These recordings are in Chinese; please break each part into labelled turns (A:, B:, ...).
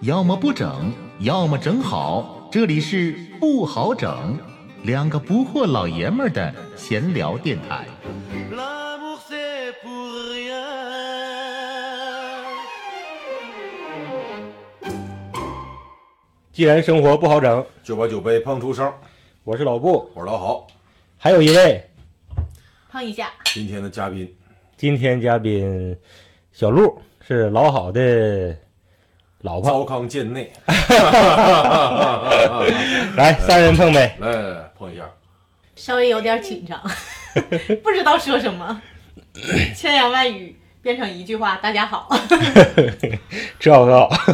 A: 要么不整，要么整好。这里是不好整，两个不惑老爷们儿的闲聊电台。
B: L'amour c'est pour rien.
C: 既然生活不好整，
D: 九八九杯胖出声，
C: 我是老布，
D: 我是老好。
C: 还有一位
E: 碰一下，
D: 今天的嘉宾
C: 今天嘉宾小鹿是老好的老婆，
D: 糟糠贱内，
C: 来三人碰 杯。
D: 来来来碰一下，
E: 稍微有点紧张，不知道说什么，千言万语变成一句话：“大家好。
C: 吃好喝好。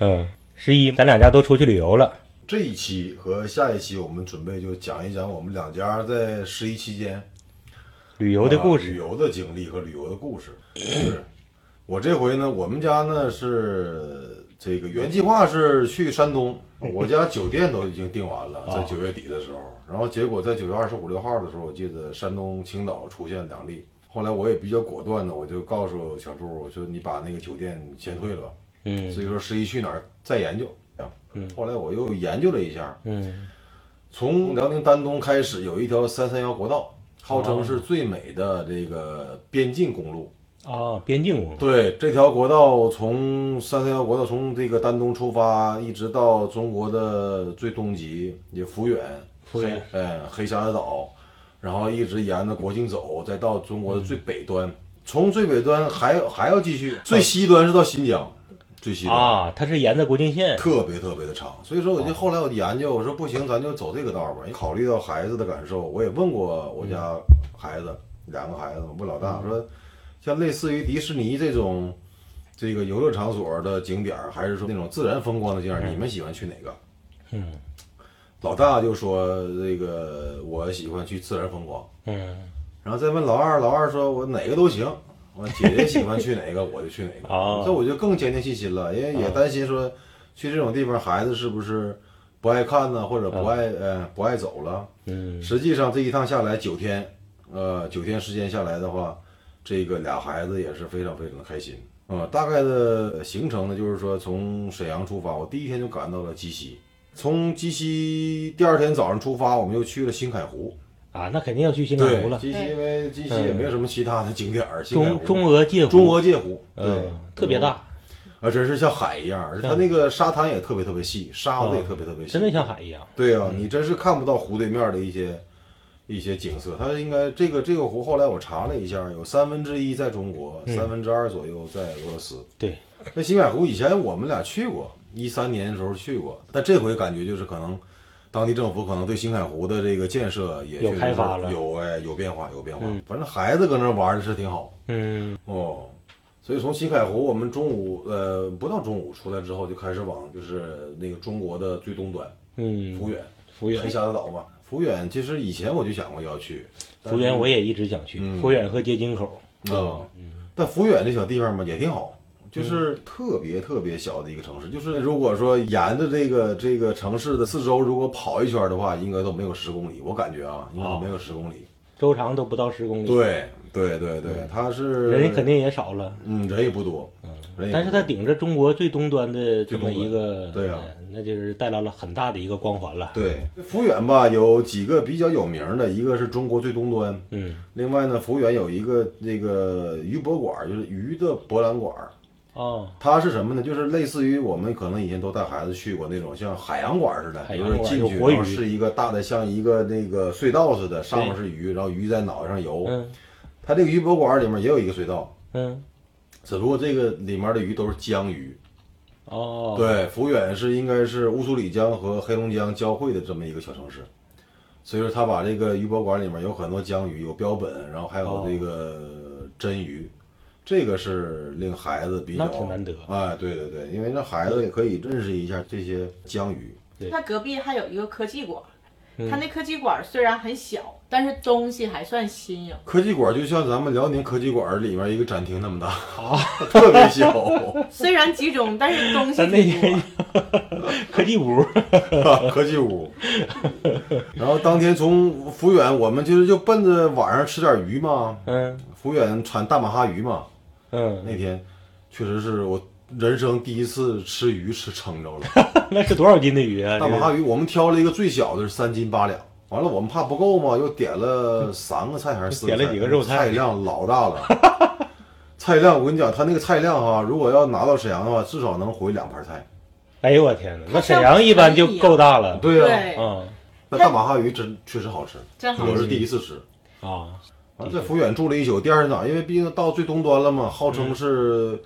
C: 嗯，十一，咱两家都出去旅游了。
D: 这一期和下一期我们准备就讲一讲我们两家在十一期间
C: 旅游的故
D: 啊旅
C: 事，
D: 游的经历和旅游的故事。是我这回呢，我们家呢是这个原计划是去山东，我家酒店都已经订完 了，
C: 啊
D: 在九月底的时候，然后结果在九月二十五六号的时候，我记得山东青岛出现两例。后来我也比较果断的，我就告诉小朱，我说你把那个酒店先退了吧。
C: 嗯
D: 所以说十一去哪儿再研究。啊后来我又研究了一下，
C: 嗯，
D: 从辽宁丹东开始有一条三三幺国道，号称是最美的这个边境公路。
C: 啊，边境公路，
D: 对，这条国道从三三幺国道从这个丹东出发，一直到中国的最东极，也抚远，
C: 抚远
D: 黑，哎，黑瞎子岛，然后一直沿着国境走，再到中国的最北端，从最北端还还要继续，最西端是到新疆，最西端
C: 啊，它是沿着国境线，
D: 特别特别的长，所以说我就后来我就研究，我说不行，咱就走这个道儿吧。因为考虑到孩子的感受，我也问过我家孩子，两个孩子嘛，问老大说，像类似于迪士尼这种这个游乐场所的景点儿，还是说那种自然风光的景点儿，你们喜欢去哪个？
C: 嗯，
D: 老大就说这个我喜欢去自然风光，
C: 嗯
D: 然后再问老二，老二说我哪个都行，我姐姐喜欢去哪个我就去哪个，
C: 啊
D: 这我就更坚定信心了，因为也担心说去这种地方孩子是不是不爱看呢，或者不爱呃不爱走了。
C: 嗯
D: 实际上这一趟下来九天，呃九天时间下来的话，这个俩孩子也是非常非常的开心啊、呃大概的行程呢，就是说从沈阳出发，我第一天就赶到了鸡西，从鸡西第二天早上出发，我们又去了新凯湖。
C: 啊，那肯定要去新
D: 对，
C: 港湖了，
D: 鸡西因为鸡西也没有什么其他的景点儿，新
C: 中
D: 海湖
C: 中俄界湖，
D: 中俄界湖，对
C: 嗯，，特别大，嗯
D: 啊，真是像海一样，而且它那个沙滩也特别特别细，沙子也特别特别细，
C: 真的像海一样。
D: 对啊，你真是看不到湖对面的一些一些景色。它应该这个这个湖，后来我查了一下，有三分之一在中国，三分之二左右在俄罗斯。
C: 嗯对，
D: 那新海湖以前我们俩去过，一三年的时候去过，但这回感觉就是可能当地政府可能对新海湖的这个建设也
C: 有
D: 确实
C: 开发了
D: 有哎有变化有变化。反正孩子搁那玩的是挺好
C: 嗯
D: 哦。所以从新海湖，我们中午呃不到中午出来之后，就开始往就是那个中国的最东端
C: 嗯，
D: 抚远，
C: 抚远
D: 黑瞎子岛嘛。 抚远其实以前我就想过要去，
C: 福原我也一直想去，
D: 嗯
C: 福原和街津口，
D: 啊、
C: 嗯
D: 但抚远这小地方吧也挺好，就是特别特别小的一个城市。就是如果说沿着这个这个城市的四周如果跑一圈的话，应该都没有十公里，我感觉啊，应该都没有十公里。
C: 周长都不到十公里，，
D: 对对对对，它是
C: 哦嗯人肯定也少了。
D: 嗯人也不多，人也不多
C: 但是它顶着中国最东端的这么一个，
D: 最东端对啊
C: 呃那就是带来了很大的一个光环了。，
D: 对抚远吧有几个比较有名的，一个是中国最东端，
C: 嗯，
D: 另外呢抚远有一个那个鱼博馆，就是鱼的博览馆。
C: 哦，
D: 它是什么呢？就是类似于我们可能以前都带孩子去过那种像海洋馆似的，
C: 海
D: 就
C: 洋
D: 是
C: 馆
D: 进
C: 有
D: 去
C: 活
D: 然后
C: 鱼
D: 是一个大的像一个那个隧道似的，上面是鱼，然后鱼在脑袋上游。
C: 嗯
D: 它这个鱼博物馆里面也有一个隧道，
C: 嗯，
D: 只不过这个里面的鱼都是江鱼。
C: 哦，，
D: 对，抚远是应该是乌苏里江和黑龙江交汇的这么一个小城市，所以说他把这个鱼博馆里面有很多江鱼，有标本，然后还
C: 哦
D: 有这个真鱼，这个是令孩子比较
C: 那挺难得
D: 哎，对对对，因为让孩子也可以认识一下这些江鱼。”
C: 对
E: 那隔壁还有一个科技馆，它那科技馆虽然很小，但是东西还算新颖。
D: 科技馆就像咱们辽宁科技馆里面一个展厅那么大，特别小。
E: 虽然集中，但是东西
C: 咱那
E: 挺多
C: 边。科技屋，
D: 科技屋。然后当天从抚远，我们就是就奔着晚上吃点鱼嘛，
C: 嗯
D: 抚远产大马哈鱼嘛，
C: 嗯，
D: 那天确实是我人生第一次吃鱼吃撑着了，
C: 那是多少斤的鱼啊？
D: 大
C: 哎这
D: 马
C: 是
D: 哈鱼我们挑了一个最小的是三斤八两，完了我们怕不够嘛，又点了三个菜还是四个菜，
C: 点了几个肉菜
D: 菜量老大了。 菜量我跟你讲，他那个菜量哈、如果要拿到沈阳的话，至少能回两盘菜。
C: 哎呦我天哪，那
E: 它
C: 沈
E: 像
C: 阳一般就
E: 海一样
C: 够大了。
D: 对呀、
E: 对，啊
C: 嗯
D: 那大马哈鱼真确实好吃，
E: 真好
D: 我是
E: 吃。
D: 第一次吃。
C: 啊，
D: 完在抚远住了一宿，第二天早上，因为毕竟到最东端了嘛，号称是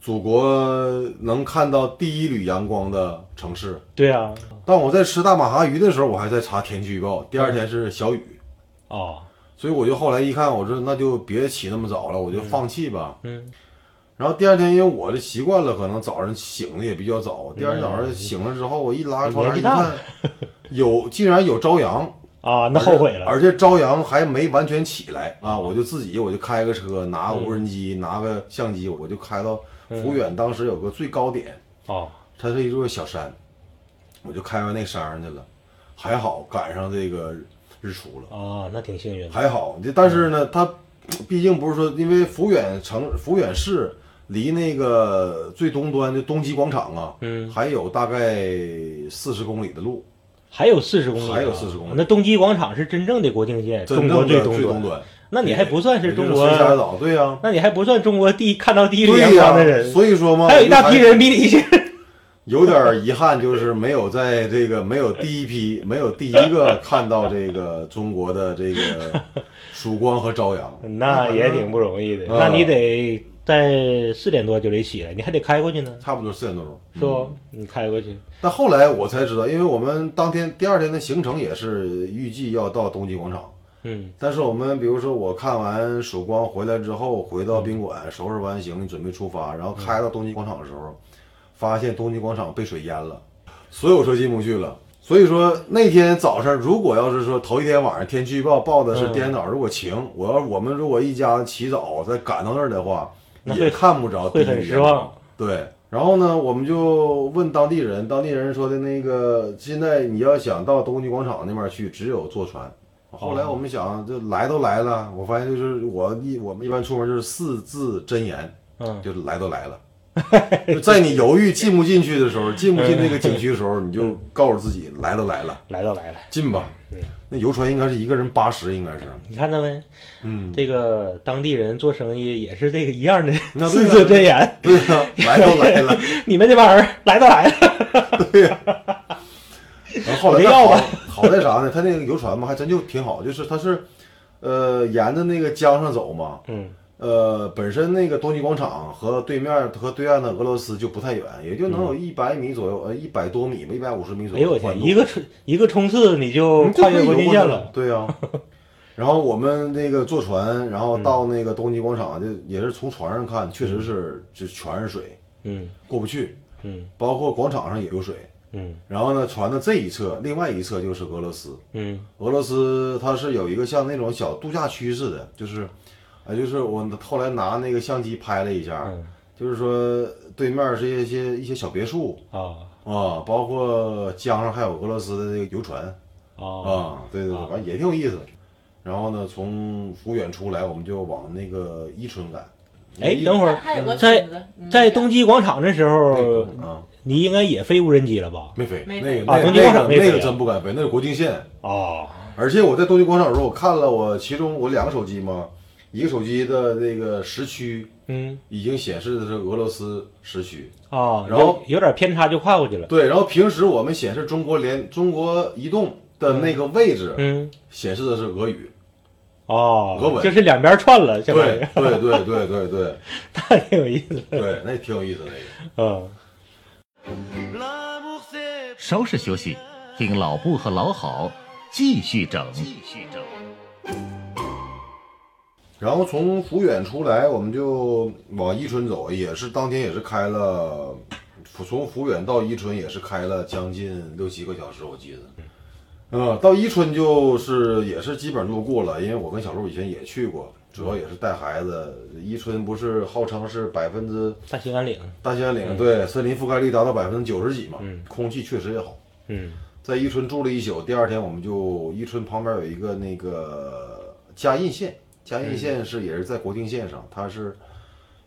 D: 祖国能看到第一缕阳光的城市。
C: 对啊，
D: 当我在吃大马哈鱼的时候，我还在查天气预报，第二天是小雨，
C: 哦，
D: 所以我就后来一看，我说那就别起那么早了，我就放弃吧。
C: 嗯。
D: 然后第二天，因为我的习惯了，可能早上醒的也比较早。第二天早上醒了之后，我一拉开窗帘一看，有竟然有朝阳，
C: 啊，那后悔了。
D: 而且而且朝阳还没完全起来啊，我就自己我就开个车，拿个无
C: 嗯
D: 人机，拿个相机，我就开到抚远，当时有个最高点，
C: 哦，
D: 它是一座小山，我就开完那山上去了，还好赶上这个日出了。
C: 啊，那挺幸运的。
D: 还好，这但是呢，它毕竟不是说，因为抚远城、抚远市离那个最东端的东极广场啊，
C: 嗯
D: 还有大概四十公里的路，
C: 还有四十公里啊，
D: 还有40公里
C: 那东极广场是真正的国境线，中
D: 真正
C: 国
D: 的
C: 最
D: 最
C: 东端
D: 东端。
C: 那你还不算是中国
D: 也就，飞沙岛，对呀、
C: 那你还不算中国第一看到第一缕阳
D: 对呀、
C: 光的人，
D: 所以说嘛，
C: 还有一大批
D: 我就
C: 人比你 先。，
D: 有点遗憾，就是没有在这个没有第一批，没有第一个看到这个中国的这个曙光和朝阳
C: 那也挺不容易的，
D: 啊
C: 那你得在四点多就得起来，你还得开过去呢，
D: 差不多四点多钟，
C: 是不？你开过去，
D: 但后来我才知道，因为我们当天第二天的行程也是预计要到东极广场，
C: 嗯
D: 但是我们比如说我看完曙光回来之后，回到宾馆收拾完行李准备出发，然后开到东极广场的时候，发现东极广场被水淹了，所有车进不去了。所以说那天早上，如果要是说头一天晚上天气预报报的是
C: 嗯
D: 第二天早上如果晴，我要我们如果一家起早再赶到那儿的话，
C: 那
D: 也
C: 会
D: 看不着，
C: 会很失望。
D: 对，然后呢，我们就问当地人，当地人说的那个，现在你要想到东极广场那边去，只有坐船。后来我们想，这来都来了，我发现就是我一我们一般出门就是四字真言，
C: 嗯，
D: 就是来都来了。就在你犹豫进不进去的时候，进不进那个景区的时候，你就告诉自己来都来了，
C: 来都来了，
D: 进吧。那游船应该是一个人八十，应该是。
C: 你看到没？
D: 嗯，
C: 这个当地人做生意也是这个一样的
D: 那对
C: 四
D: 呀
C: 字真言，
D: 对呀、来都来了。
C: 你们这帮人来都来 了，
D: 然后后来
C: 没要啊
D: 好好在啥呢？他那个游船嘛，还真就挺好，就是它是，呃，沿着那个江上走嘛，
C: 嗯
D: 呃，本身那个东极广场和对面和对岸的俄罗斯就不太远，也就能有一百米左右，呃，一百多米吧，一百五十米
C: 嗯
D: 左
C: 哎呦
D: 右
C: 我
D: 的宽
C: 天，一
D: 度。嗯
C: 个冲一个冲刺你就
D: 你就
C: 跨
D: 可
C: 越
D: 以
C: 国
D: 游
C: 境
D: 过
C: 线
D: 去
C: 了，
D: 对呀、然后我们那个坐船，
C: 嗯
D: 然后到那个东极广场，就也是从船上看，确实是就全是水，
C: 嗯
D: 过不去，
C: 嗯
D: 包括广场上也有水。
C: 嗯
D: 然后呢，船的这一侧，另外一侧就是俄罗斯。
C: 嗯
D: 俄罗斯它是有一个像那种小度假区似的，就是，啊，就是我后来拿那个相机拍了一下，
C: 嗯
D: 就是说对面是一些一些小别墅
C: 啊
D: 啊，包括江上还有俄罗斯的那个游船
C: 啊
D: 啊，对对对，反正也挺有意思的。然后呢，从抚远出来，我们就往那个伊春赶。
C: 哎，
D: 伊
C: 等会儿
E: 还有个
C: 在
E: 裙子，嗯
C: 在东极广场的时候，
D: 啊，
C: 你应该也飞无人机了吧？
D: 没飞，
E: 没
D: 那
E: 飞
D: 个
C: 啊
D: 那个
C: 东京广场
D: 那
C: 没
D: 个那
C: 飞
D: 个
C: 啊
D: 真不敢飞，那是国境线。
C: 啊，
D: 而且我在东极广场的时候，我看了我其中我两个手机嘛，一个手机的那个时区
C: 嗯
D: 已经显示的是俄罗斯时区，
C: 啊，
D: 哦然后
C: 有有点偏差就跨过去了。
D: 对，然后平时我们显示中国联中国移动的那个位置
C: 嗯，
D: 显示的是俄语，俄
C: 哦，
D: 文
C: 就是两边串了，相当于
D: 对，对对对对对
C: 那挺有意思。
D: 对，那挺有意思那个。
C: 嗯，
B: L'amour c'est
A: 稍事休息，听老布和老好继续整。继续整。
D: 然后从抚远出来，我们就往伊春走，也是当天也是开了，从抚远到伊春也是开了将近六七个小时，我记得。啊、到伊春就是也是基本路过了，因为我跟小鹿以前也去过，主要也是带孩子。伊春不是号称是百分之
C: 大兴安岭，
D: 大兴安岭对森林覆盖率达到百分之九十几嘛，空气确实也好。
C: 嗯
D: 在伊春住了一宿，第二天我们就伊春旁边有一个那个嘉印县，嘉印县是也是在国境线上，它是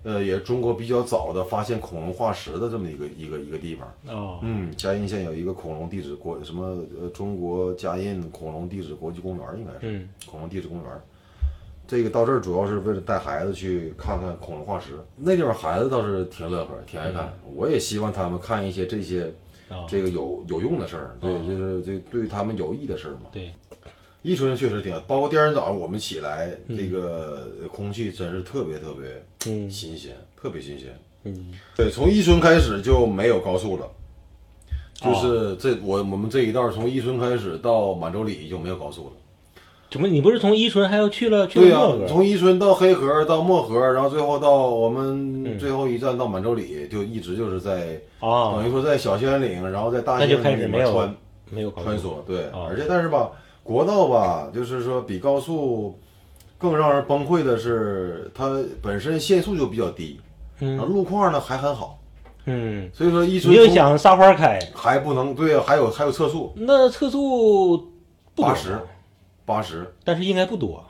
D: 呃，也中国比较早的发现恐龙化石的这么一个一个一个地方。
C: 哦，
D: 嗯，嘉义县有一个恐龙地质国什么呃中国嘉印恐龙地质国际公园应该是、
C: 嗯
D: 恐龙地质公园。这个到这儿主要是为了带孩子去看看恐龙化石，那地方孩子倒是挺乐呵，挺爱看。我也希望他们看一些这些
C: 啊，
D: 这个有有用的事儿，对，就是这对他们有益的事儿嘛。
C: 对，
D: 伊春确实挺，包括第二天早上我们起来，这个空气真是特别特别
C: 嗯
D: 新鲜，特别新鲜。
C: 嗯，
D: 对，从伊春开始就没有高速了，
C: 哦
D: 就是这我我们这一道从伊春开始到满洲里就没有高速了。
C: 怎么你不是从伊春还要去了去
D: 对
C: 了
D: 呀、
C: 漠河？
D: 从伊春到黑河到漠河，然后最后到我
C: 嗯
D: 们最后一站到满洲里，就一直就是在
C: 啊
D: 等于说在小兴安岭，然后在大
C: 那
D: 兴
C: 就
D: 安
C: 开
D: 岭
C: 始
D: 里
C: 没
D: 面穿
C: 有。没有高
D: 穿
C: 速
D: 梭，对，
C: 啊
D: 而且但是吧，国道吧，就是说比高速更让人崩溃的是，它本身限速就比较低，然后
C: 嗯
D: 路况呢还很好，
C: 嗯，
D: 所以说一
C: 你
D: 春
C: 就
D: 出
C: 想撒欢儿开，
D: 还不能对啊，还有还有测速
C: 那测速不多
D: 八十，八十。
C: 但是应该不多。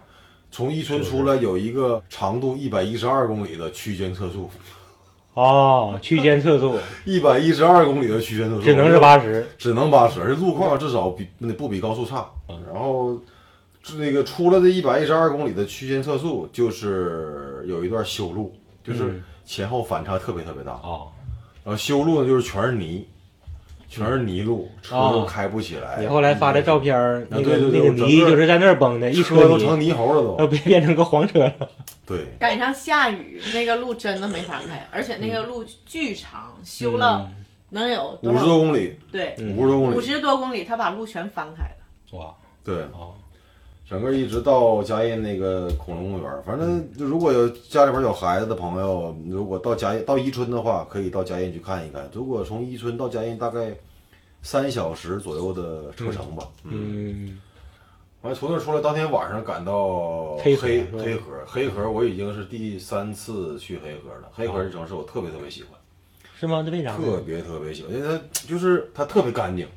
D: 从伊春出来有一个长度一百一十二公里的区间测速，
C: 哦，区间测速
D: 一百一十二公里的区间测速，
C: 只能是八十。
D: 只能八十，而且路况至少比那不比高速差。然后这那个出了这一百一十二公里的区间测速，就是有一段修路，就是前后反差特别特别大。
C: 哦，
D: 然后修路呢，就是全是泥，全是泥路，车都
C: 啊
D: 开不起来。
C: 你后来发的照片儿，那个
D: 啊对对对
C: 那个
D: 我整
C: 泥
D: 个
C: 就是在那儿崩的，一
D: 车
C: 车
D: 都成
C: 泥，呃
D: 泥猴了都。
C: 要别变成个黄车 了。
D: 对，
E: 赶上下雨，那个路真的没法开，而且那个路巨长，修了能有多
D: 五
E: 少
D: 十多公里，
E: 对，
C: 嗯
D: 五十多公
E: 五
D: 里，
E: 十多公里，他把路全翻开了。
C: 哇
D: 对。
C: 哦，
D: 整个一直到嘉义那个恐龙公园，反正就如果有家里边有孩子的朋友，如果到嘉义到伊春的话，可以到嘉义去看一看。如果从伊春到嘉义大概三小时左右的车程吧。嗯，
C: 嗯，
D: 完、从那儿出来，当天晚上赶到
C: 黑
D: 黑
C: 河是吧
D: 黑河，黑河我已经是第三次去黑河了。黑河这城市我特别特别喜欢，
C: 是吗？这为啥呢？
D: 特别特别喜欢，因为它就是它特别干净。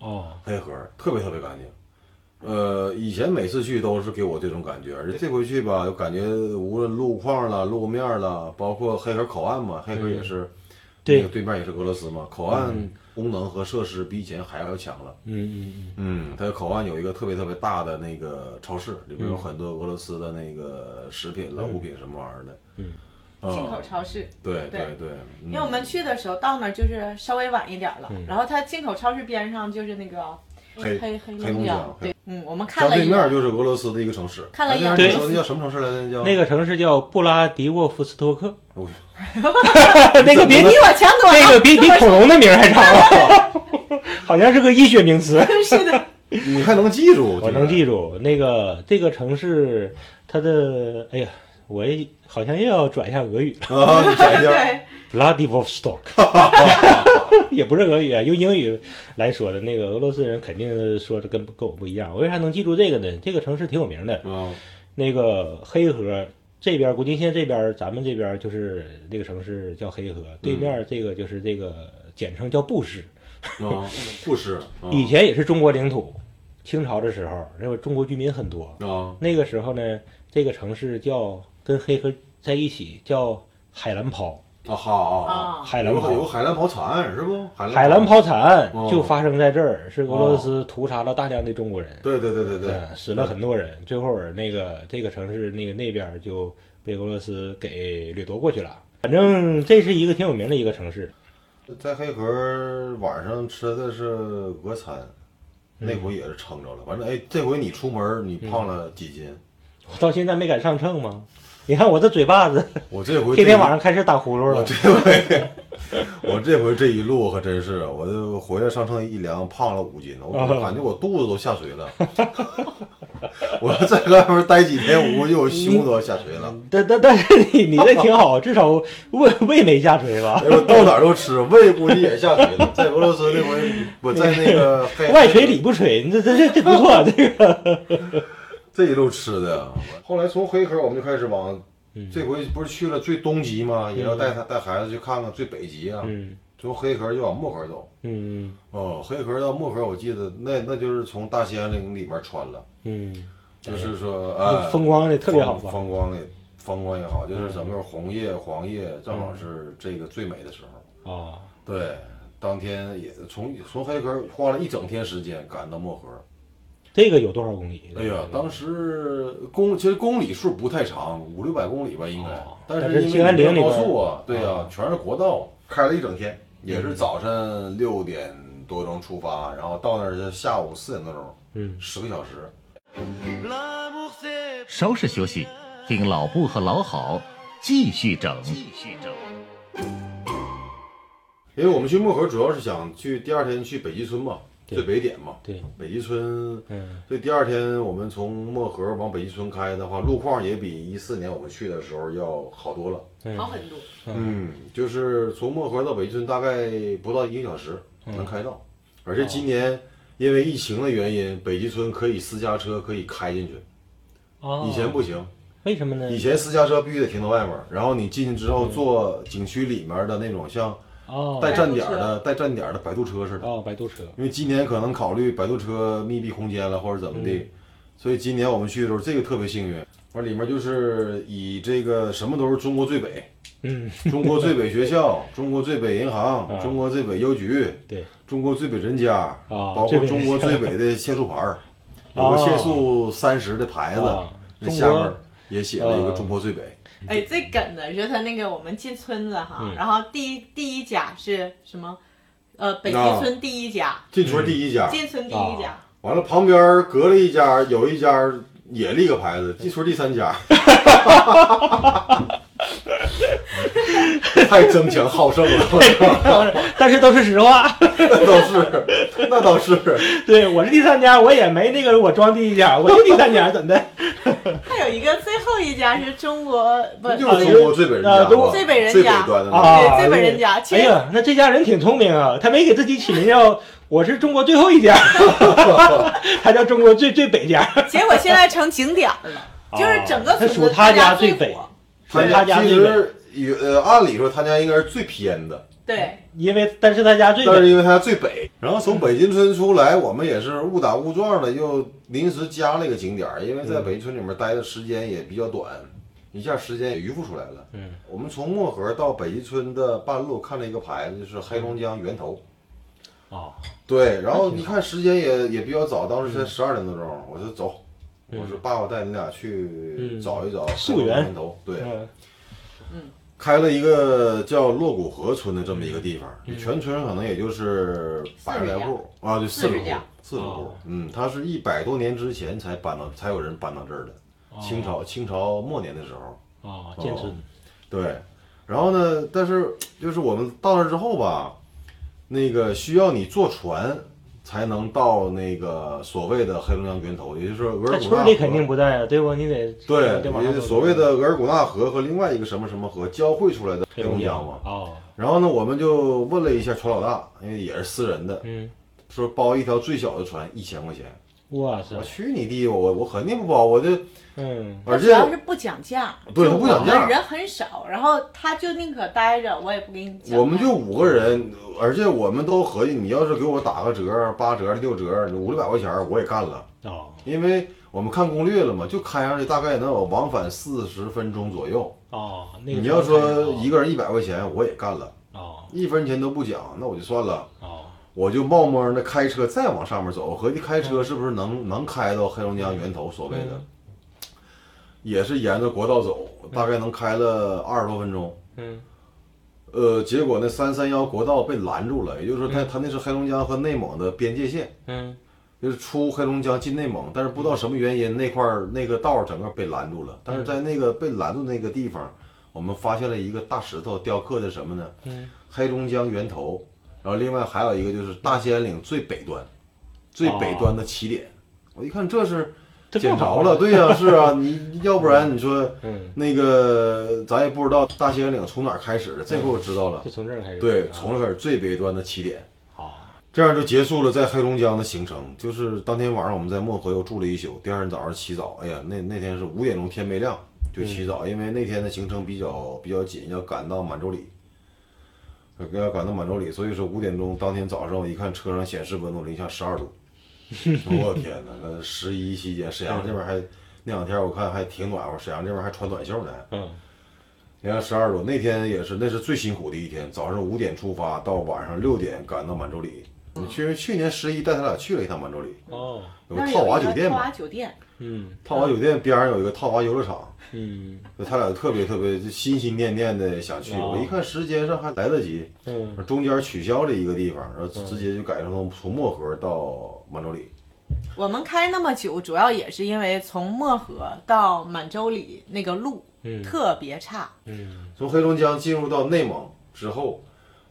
C: 哦，
D: 黑河特别特别干净。呃，以前每次去都是给我这种感觉，而且这回去吧，就感觉无论路况啦、路面啦，包括黑河口岸嘛，黑河也是，
C: 对
D: 那个对嗯面也是俄罗斯嘛，口岸功能和设施比以前还要强了。
C: 嗯嗯
D: 嗯，它口岸有一个特别特别大的那个超市，里面有很多俄罗斯的那个食品啦、物品什么玩意儿的。嗯，
E: 进
D: 啊
E: 口，超市，
D: 对
E: 对
D: 对，嗯
E: 因为我们去的时候到那儿就是稍微晚一点了，然后它进口超市边上就是那个
D: 黑
E: 黑黑
D: 黑龙江
E: 江，，对，嗯，我们看
D: 相
E: 了
D: 对
E: 一
D: 面
E: 眼，
D: 就是俄罗斯的一个城市。
E: 看了一眼
D: 哎那
C: 对
D: 叫那叫什么城市来着？那
C: 嗯，
D: 叫
C: 那个城市叫布拉迪沃夫斯托克，
D: 哦
C: 那个别
E: 比我强多
C: 那个
E: 了，
C: 比比恐龙的名儿还长啊， 好像是个医学名词。
E: 是的，
D: 你还能记住？
C: 我能记住那个这个城市，它的哎呀，我也好像又要转一下俄语了。
D: 啊！你想一 下，
E: 对，
C: Vladivostok，也不是俄语啊，用英语来说的。那个俄罗斯人肯定说的跟跟我不一样。我为啥能记住这个呢？这个城市挺有名的。
D: 啊，
C: 那个黑河这边，古今县这边，咱们这边就是那个城市叫黑河，对面这个就是这个简称叫布市。
D: 啊，不是啊
C: 以前也是中国领土，清朝的时候，那会中国居民很多，
D: 啊
C: 那个时候呢，这个城市叫跟黑河在一起叫海兰泡，
D: 啊好啊，
E: 啊
C: 海兰
D: 有个有个
C: 泡，
D: 海兰跑惨案是不？海
C: 海兰
D: 跑，
C: 泡惨案
D: 哦
C: 就发生在这儿，是俄罗斯屠杀了大量的中国人，
D: 对对对对哦对
C: 嗯，死了很多人，最后那个这个城市那个那边儿就被俄罗斯给掠夺过去了。反正这是一个挺有名的一个城市，
D: 在黑河晚上吃的是俄餐，
C: 嗯
D: 那回也是撑着了。反正哎，这回你出门你胖了几斤？
C: 我到现在没敢上秤吗？ 你看我这嘴巴子，
D: 我这回
C: 天天晚
D: 上，
C: 上开始打呼噜
D: 我
C: 了。
D: 这回 我这回这一路可真是，我就回来上秤一量，胖了五斤，我
C: 啊
D: 感觉我肚子都下垂了。 我要在外面待几天，我估计我胸都要下垂了。
C: 但但但是你你这挺好， 至少胃胃没下垂吧？
D: 哎，我到哪儿都吃，胃估计也下垂了。在俄罗斯那回， 我在那个黑
C: 外垂里不垂，你这这这这不错， 这个
D: 这一路吃的。啊后来从黑河我们就开始往，
C: 嗯
D: 这回不是去了最东极吗？也要带他带孩子去看看最北极啊。
C: 嗯
D: 从黑河就往漠河走。
C: 嗯
D: 哦，黑河到漠河，我记得那那就是从大兴安岭里面穿了，
C: 嗯，
D: 就是说啊，
C: 风光的特别好吧？嗯
D: 风光的风光也好，就是整个红叶、黄叶，正好是这个最美的时候。
C: 哦，
D: 对，当天也从从黑河花了一整天时间赶到漠河。
C: 这个有多少公里？
D: 哎呀，当时公其实公里数不太长，五六百公里吧应该
C: 哦，但是
D: 是因
C: 兴
D: 为
C: 安岭
D: 你没
C: 里
D: 有
C: 边
D: 高速啊，对呀、
C: 啊嗯
D: 全是国道，开了一整天，也是早晨六点多钟出发，然后到那儿是下午四点多钟，
C: 嗯，
D: 十个小时。
B: L'amour c'est
A: 稍事休息，听老布和老好继续整。继续整。
D: 因为我们去漠河主要是想去第二天去北极村嘛，
C: 对
D: 最北点嘛，
C: 对，
D: 北极村。
C: 嗯
D: 所以第二天我们从漠河往北极村开的话，路况也比一四年我们去的时候要好多了。
E: 好很多。
D: 嗯，就是从漠河到北极村大概不到一个小时
C: 嗯
D: 能开到，而且今年因为疫情的原因，北极村可以私家车可以开进去，
C: 哦，
D: 以前不行，
C: 为什么呢？
D: 以前私家车必须得停到外面儿，然后你进去之后坐景区里面的那种像
C: 哦
D: 带站点儿的带站点儿的摆渡车似的，
C: 哦，摆渡车
D: 因为今年可能考虑摆渡车密闭空间了或者怎么的，
C: 嗯
D: 所以今年我们去的时候这个特别幸运，完里面就是以这个什么都是中国最北，
C: 嗯，
D: 中国最北 学校、中国最北银行、
C: 啊
D: 中国最北邮局、
C: 对，啊
D: 中国最北人家，包
C: 最北
D: 括中国最北的限速牌儿，有个限速三十的牌子，
C: 啊
D: 那
C: 中
D: 下面
C: 国啊
D: 也写了一个中国最北。
E: 哎，最梗的是他那个我们进村子哈，
C: 嗯
E: 然后第一第一家是什么？呃，北极
D: 啊
E: 村第一家，
D: 进
C: 嗯
D: 村第一家，
E: 进村第一家。
D: 完了旁边隔了一家，有一家也立个牌子，进村第 三家。太争强好胜了，
C: 但是都是实话。
D: 那倒是，那倒是。
C: 对我是第三家，我也没那个我装第一家，我就第三家，怎的？
E: 还有一个最后一家是中国不
D: 那就是中国最北人家
C: 啊
D: 吧，
C: 中国
E: 最北人家
D: 最北端的那个
C: 啊
E: 对资本人家，其
C: 哎
E: 实
C: 呀，那这家人挺聪明啊，他没给自己起名叫“我是中国最后 一家”，他叫中国最最北家，
E: 结果现在成景点儿了，就是整个
C: 他
E: 村
C: 属
E: 子
C: 他
E: 家
C: 最
E: 火
C: 北，属
D: 他
C: 他家
D: 其
C: 最北，
D: 实有呃，按理说他家应该是最偏的，
E: 对，
C: 因为但是他家最
D: 但是
C: 北，嗯
D: 因为他家最北，然后从北京村出来，我们也是误打误撞的，又临时加了一个景点儿，因为
C: 嗯
D: 在北京村里面待的时间也比较短，一下时间也匀不出来了。
C: 嗯，
D: 我们从漠河到北京村的半路看了一个牌子，就是黑龙江源头。
C: 哦，
D: 对，然后一看时间也也比较早，当时
C: 嗯
D: 才十二点多钟，我说走，我说爸爸带你俩去
C: 嗯
D: 找一找
C: 溯源
D: 黑龙江源头，对，
C: 嗯
D: 开了一个叫洛古河村的这么一个地方，
C: 嗯
D: 全村可能也就是百来户啊，就四十
E: 40
D: 户
E: 家，
D: 四十户
C: 哦。
D: 嗯，它是一百多年之前才搬到，才有人搬到这儿的。清朝清朝末年的时候，
C: 哦，建村
D: 对。然后呢，但是就是我们到那儿之后吧，那个需要你坐船才能到那个所谓的黑龙江源头，也就是说额
C: 那
D: 尔古纳
C: 村
D: 河
C: 里肯定不在啊，对不？你得
D: 对，
C: 得往上
D: 也
C: 走
D: 就所谓的额尔古纳河和另外一个什么什么河交汇出来的
C: 黑
D: 黑龙
C: 龙
D: 江
C: 江
D: 嘛。
C: 哦，
D: 然后呢，我们就问了一下船老大，因为也是私人的，
C: 嗯，
D: 说包一条最小的船一千块钱。
C: 哇塞
D: 我，去你弟！我我肯定不包，我这
C: 嗯，
E: 他
D: 而
E: 主
D: 且
E: 要是不讲价，
D: 对
E: 就
D: 他不讲价
E: 我们人很少，然后他就宁可待着，我也不给你讲价。
D: 我们就五个人，而且我们都合计，你要是给我打个折，八折、六折，五六百块钱我也干了，
C: 哦
D: 因为我们看攻略了嘛，就开上去大概能有往返四十分钟左右。
C: 哦，那个
D: 你要说
C: 哦
D: 一个人一百块钱，我也干了，
C: 哦
D: 一分钱都不讲，那我就算了。
C: 哦
D: 我就冒摸的开车再往上面走，我合计开车是不是能、能开到黑龙江源头所谓的，
C: 嗯
D: 也是沿着国道走，大概能开了二十多分钟。
C: 嗯
D: 呃，结果那三三幺国道被拦住了，也就是说它，它那是黑龙江和内蒙的边界线，
C: 嗯
D: 就是出黑龙江进内蒙，但是不知道什么原因，那块儿那个道儿整个被拦住
C: 嗯
D: 了。但是在那个被拦住那个地方，我们发现了一个大石头雕刻的什么呢？
C: 嗯
D: 黑龙江源头，然后另外还有一个就是大兴安岭最北端，最北端的起点。我一看这是
C: 哦这
D: 捡
C: 更好
D: 着了，对 呀、是啊，你要不然你说
C: 嗯，
D: 那个咱也不知道大兴安岭从哪儿开始的，这回我知道了
C: 就，啊从这儿开始
D: 对，从这儿最北端的起点。
C: 好。
D: 这样就结束了在黑龙江的行程。就是当天晚上我们在漠河又住了一宿，第二天早上起早，哎呀，那那天是五点钟天没亮就起早，
C: 嗯
D: 因为那天的行程比较比较紧，要赶到满洲里，呃要赶到满洲里，所以说五点钟当天早上我一看 车上显示温度零下十二度，我天哪！那十一期间沈阳这边还那两天我看还挺暖和，沈阳这边还穿短袖呢。
C: 嗯，
D: 你看十二度，那天也是，那是最辛苦的一天。早上五点出发，到晚上六点赶到满洲里。我们去去年十一带他俩去了一趟满洲里，
C: 哦，
D: 有
E: 那
D: 个
E: 儿
D: 套娃
E: 有一
D: 酒
E: 个
D: 店
E: 套娃
D: 嘛，
E: 酒店，
C: 嗯
D: 套娃酒店边上有一个套娃游乐场，
C: 嗯
D: 就他俩特别特别就心心念念的想去。
C: 哦
D: 我一看时间上还来得及，
C: 嗯，
D: 中间取消了一个地方，然后直接就改成从从漠河到满洲里。
E: 我们开那么久，主要也是因为从漠河到满洲里那个路
C: 嗯
E: 特别差，
D: 从黑龙江进入到内蒙之后，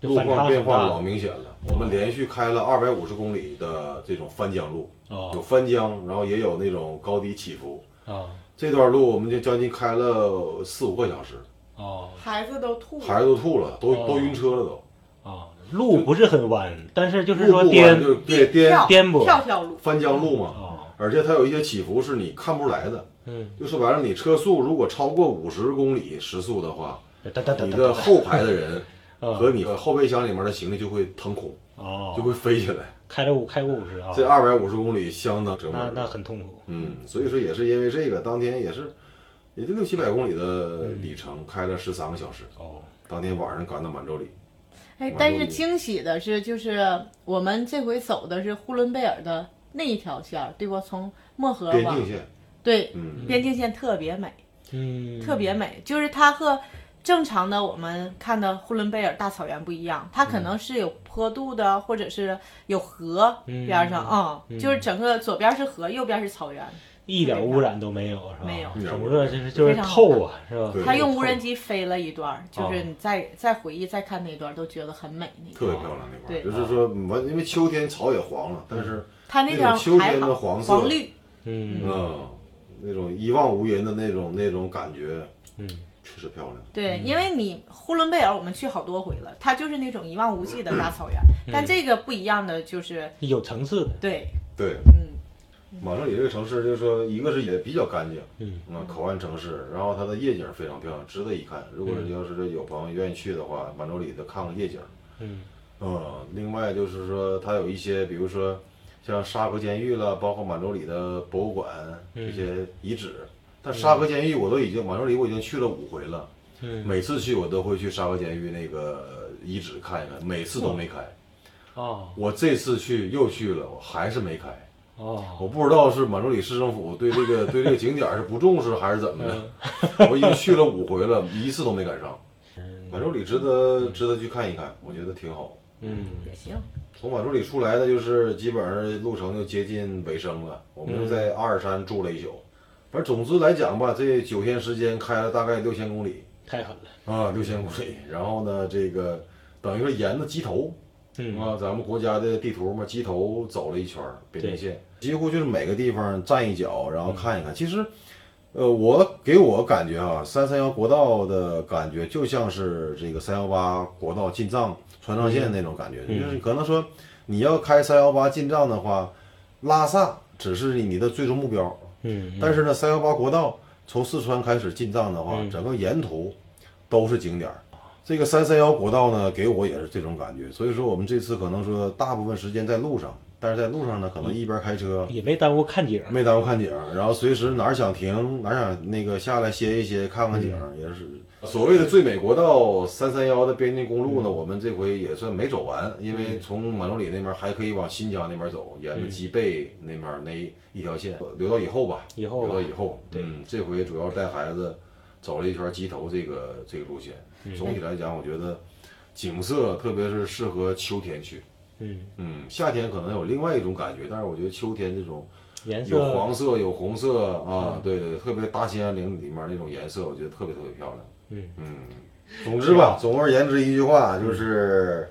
C: 就
D: 路
C: 反差
D: 况变
C: 很
D: 化
C: 大
D: 老明显了。我们连续开了二百五十公里的这种翻江路，有
C: 哦
D: 翻江，然后也有那种高低起伏。
C: 哦
D: 这段路我们就将近开了四五个小时，
C: 哦
E: 孩子都吐
D: 孩子都吐了，都、
C: 哦
D: 都晕车了都。
C: 哦，路不是很弯，但是就是
D: 路
C: 说
D: 不
C: 颠
D: 完就是对颠
E: 跳
C: 颠簸
E: 跳跳路，
D: 翻江路嘛，
C: 哦，
D: 而且它有一些起伏是你看不出来的。
C: 嗯，
D: 就说白了，你车速如果超过五十公里时速 的话，
C: 哒哒哒哒
D: 你
C: 哒
D: 的后排 的人
C: 啊
D: 和你的后备箱里面的行李就会腾空，就
C: 哦，
D: 会飞起来。
C: 开了五开过五十啊，
D: 这二百五十公里相当折磨
C: 那
D: 人。
C: 那很痛苦，
D: 嗯，所以说也是因为这个，当天也是也就六七百公里的里程，开了十三个小时。
C: 哦，
D: 当天晚上赶到满洲里，
E: 哎，但是惊喜的是，就是我们这回走的是呼伦贝尔的那一条线儿，对不？从漠河
D: 边
E: 往
D: 境线，
E: 对
D: 嗯，
E: 边境线特别美，
C: 嗯，
E: 特别美，就是它和正常的我们看的呼伦贝尔大草原不一样，它
D: 嗯
E: 可能是有坡度的，或者是有河边上，嗯，就是整个左边是河，右边是草原，
C: 一点污染都没有，是吧？
E: 没有
C: 整个就是就是透啊，是吧？
D: 对哦
E: 他用
D: 透
E: 无人机飞了一段儿，就是你再、再回忆再看那段儿，都觉得很美。那
D: 特
E: 个
D: 别漂亮那块儿，
E: 对
D: 就是说完，因为秋天草也黄了，但是
E: 他那条
D: 那种秋
E: 还
D: 天
E: 好
D: 的黄色
E: 黄绿，
C: 嗯
D: 嗯，那种一望无垠的那种那种感觉，
C: 嗯，
D: 确实漂亮。
E: 对，因为你呼伦贝尔我们去好多回了，它就是那种一望无际的大草原，
D: 嗯
E: 但这个不一样的就是
C: 有层次的，
E: 对，
D: 对，
E: 嗯，
D: 满洲里这个城市，就是说一个是也比较干净，
C: 嗯，
D: 啊，口岸城市，然后它的夜景非常漂亮，值得一看。如果要是有朋友愿意去的话，满洲里的看看夜景。
C: 嗯，
D: 嗯，另外就是说，它有一些，比如说像沙河监狱了，包括满洲里的博物馆
C: 嗯
D: 这些遗址。但沙河监狱我都已经，满洲里我已经去了五回了。
C: 嗯，
D: 每次去我都会去沙河监狱那个遗址看一看，每次都没开。
C: 哦
D: 我这次去又去了，我还是没开。
C: 哦，
D: 我不知道是满洲里市政府对这个对这个景点儿是不重视还是怎么 的，我已经去了五回了，一次都没赶上。满洲里值得值得去看一看，我觉得挺好。
C: 嗯
E: 也行，
D: 从满洲里出来的就是基本上路程就接近尾声了，我们就在阿尔山住了一宿。反正总之来讲吧，这九天时间开了大概六千公里
C: 太狠了，
D: 啊，六千公里。然后呢，这个等于说沿着鸡头，
C: 嗯
D: 啊，咱们国家的地图嘛，鸡头走了一圈儿边境
C: 对
D: 线，几乎就是每个地方站一脚，然后看一看。其实，呃，我给我感觉啊，三三幺国道的感觉就像是这个三幺八国道进藏川藏线那种感觉，就是可能说你要开三幺八进藏的话，拉萨只是你的最终目标，
C: 嗯
D: 但是呢，三幺八国道从四川开始进藏的话，
C: 嗯
D: 整个沿途都是景点儿。这个三三幺国道呢，给我也是这种感觉。所以说，我们这次可能说大部分时间在路上，但是在路上呢，
C: 嗯
D: 可能一边开车，
C: 也没耽误看景，
D: 没耽误看景儿，然后随时哪儿想停哪儿想那个下来歇一歇，看看景儿，
C: 嗯
D: 也是。所谓的最美国道三三幺的边境公
C: 嗯
D: 路呢，我们这回也算没走完，因为从满洲里那边还可以往新疆那边走，沿
C: 嗯
D: 着吉贝那边那一条线，留到以后吧，
C: 以后吧
D: 留到以后。
C: 对
D: 嗯，这回主要带孩子走了一圈鸡头这个这个路线，
C: 嗯
D: 总体来讲，我觉得景色特别是适合秋天去。
C: 嗯，
D: 嗯，夏天可能有另外一种感觉，但是我觉得秋天这种
C: 颜
D: 有
C: 色
D: 黄色，有红色啊，对对，对特别大兴安岭里面那种颜色，我觉得特别特别漂亮。
C: 嗯
D: 总之吧，总而言之一句话就是，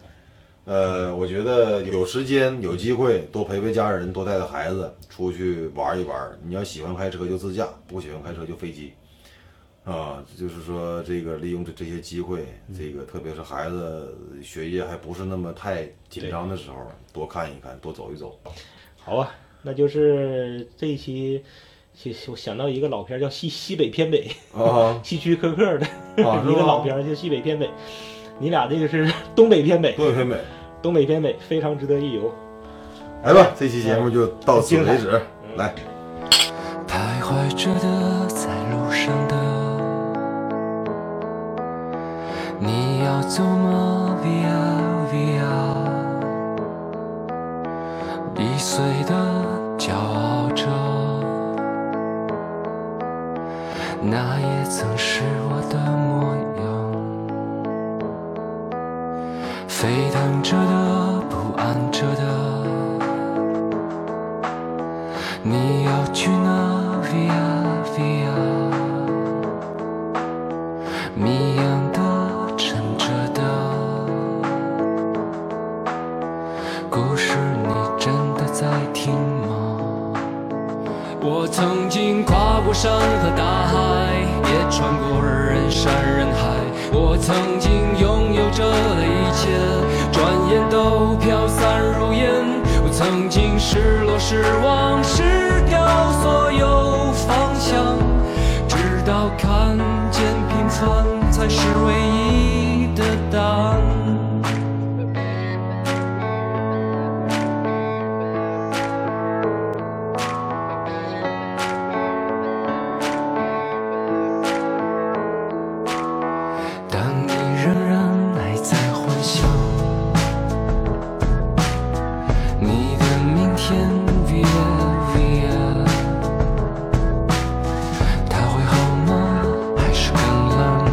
D: 呃，我觉得有时间有机会多陪陪家人，多带带孩子出去玩一玩。你要喜欢开车就自驾，不喜欢开车就飞机。啊，就是说这个利用这这些机会，这个特别是孩子学业还不是那么太紧张的时候，多看一看，多走一走。
C: 好啊，那就是这一期。其实我想到一个老片儿叫《西西北偏北》，
D: 啊，
C: 希区柯克的、
D: 啊是
C: 一个
D: 吗
C: 老片儿叫《西北偏北》，你俩这个是东北偏北，
D: 多美美。
C: 东北偏北非常值得一游。
D: 来吧，这期节目就到此为止。来，
F: 徘怀着的，在路上的。你要走吗？Via Via，易碎的，骄傲着。那也曾是我的模样，沸腾着的，不安着的。你要去哪？Via 啊 Via，谜一样的，沉着的，故事你真的在听吗？我曾经跨过山和大海，也穿过人山人海。我曾经拥有着的一切，转眼都飘散如烟。我曾经失落、失望、失掉所有方向，直到看见平凡才是唯一的答案。但你仍然还在幻想，你的明天，Via Via，它会好吗？还是更冷？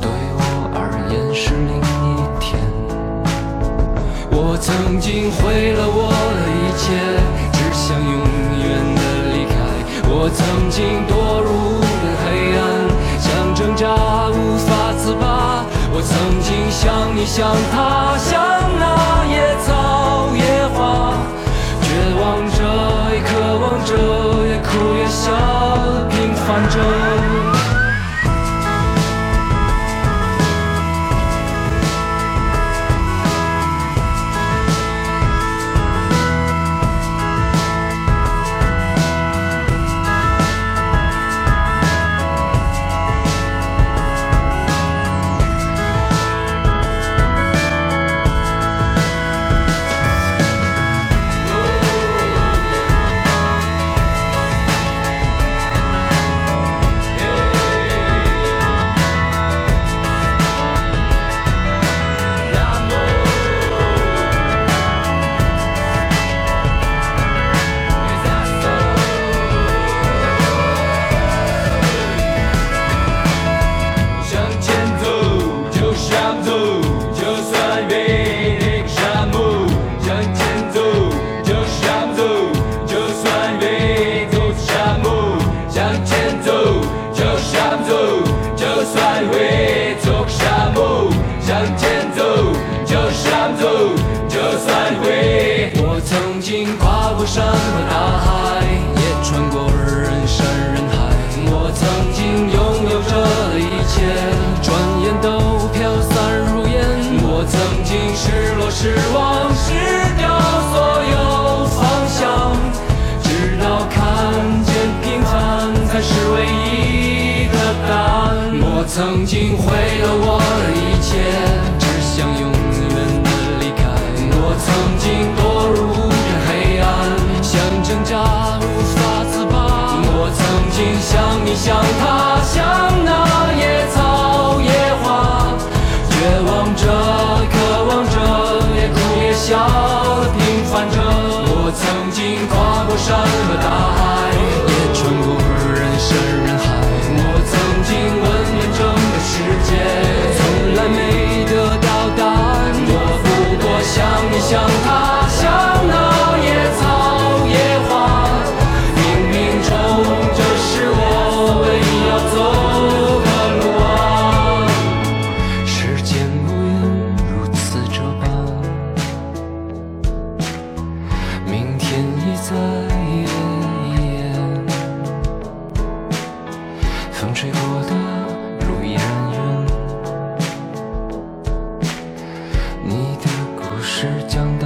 F: 对我而言是另一天。我曾经毁了我的一切，只想永远的离开。我曾经堕入无边黑暗，想挣扎无法自拔。我曾经像你，像他，像那野草野花，绝望着，也渴望着，也哭也笑，平凡着。向前走，就想走，就算面临沙漠。向前走，就想走，就算面对沙漠。向前走，就想走，就算会走沙漠。向前走，就想走，就算会。我曾经跨过山和大海，也穿过人山人海。我曾经拥有着的一切，转眼都飘散如烟。我曾经失落、失望、失掉所有方向，直到看见平凡才是唯一的答案。我曾经毁了我的一切，只想永远的离开。我曾经堕入无边黑暗，想挣扎无法自拔。我曾经像你，像他，像那野草野花，绝望着，渴望着，也哭也笑的平凡着。我曾经跨过山和大海，也穿过人山人海。我曾经问遍整个世界，从来没得到答案。我不过像你，像他，像那野草野花，冥冥中这是我唯一要走的路啊。时间无言，如此这般。明天已在眼眼，风吹过的如一人远。你的故事讲的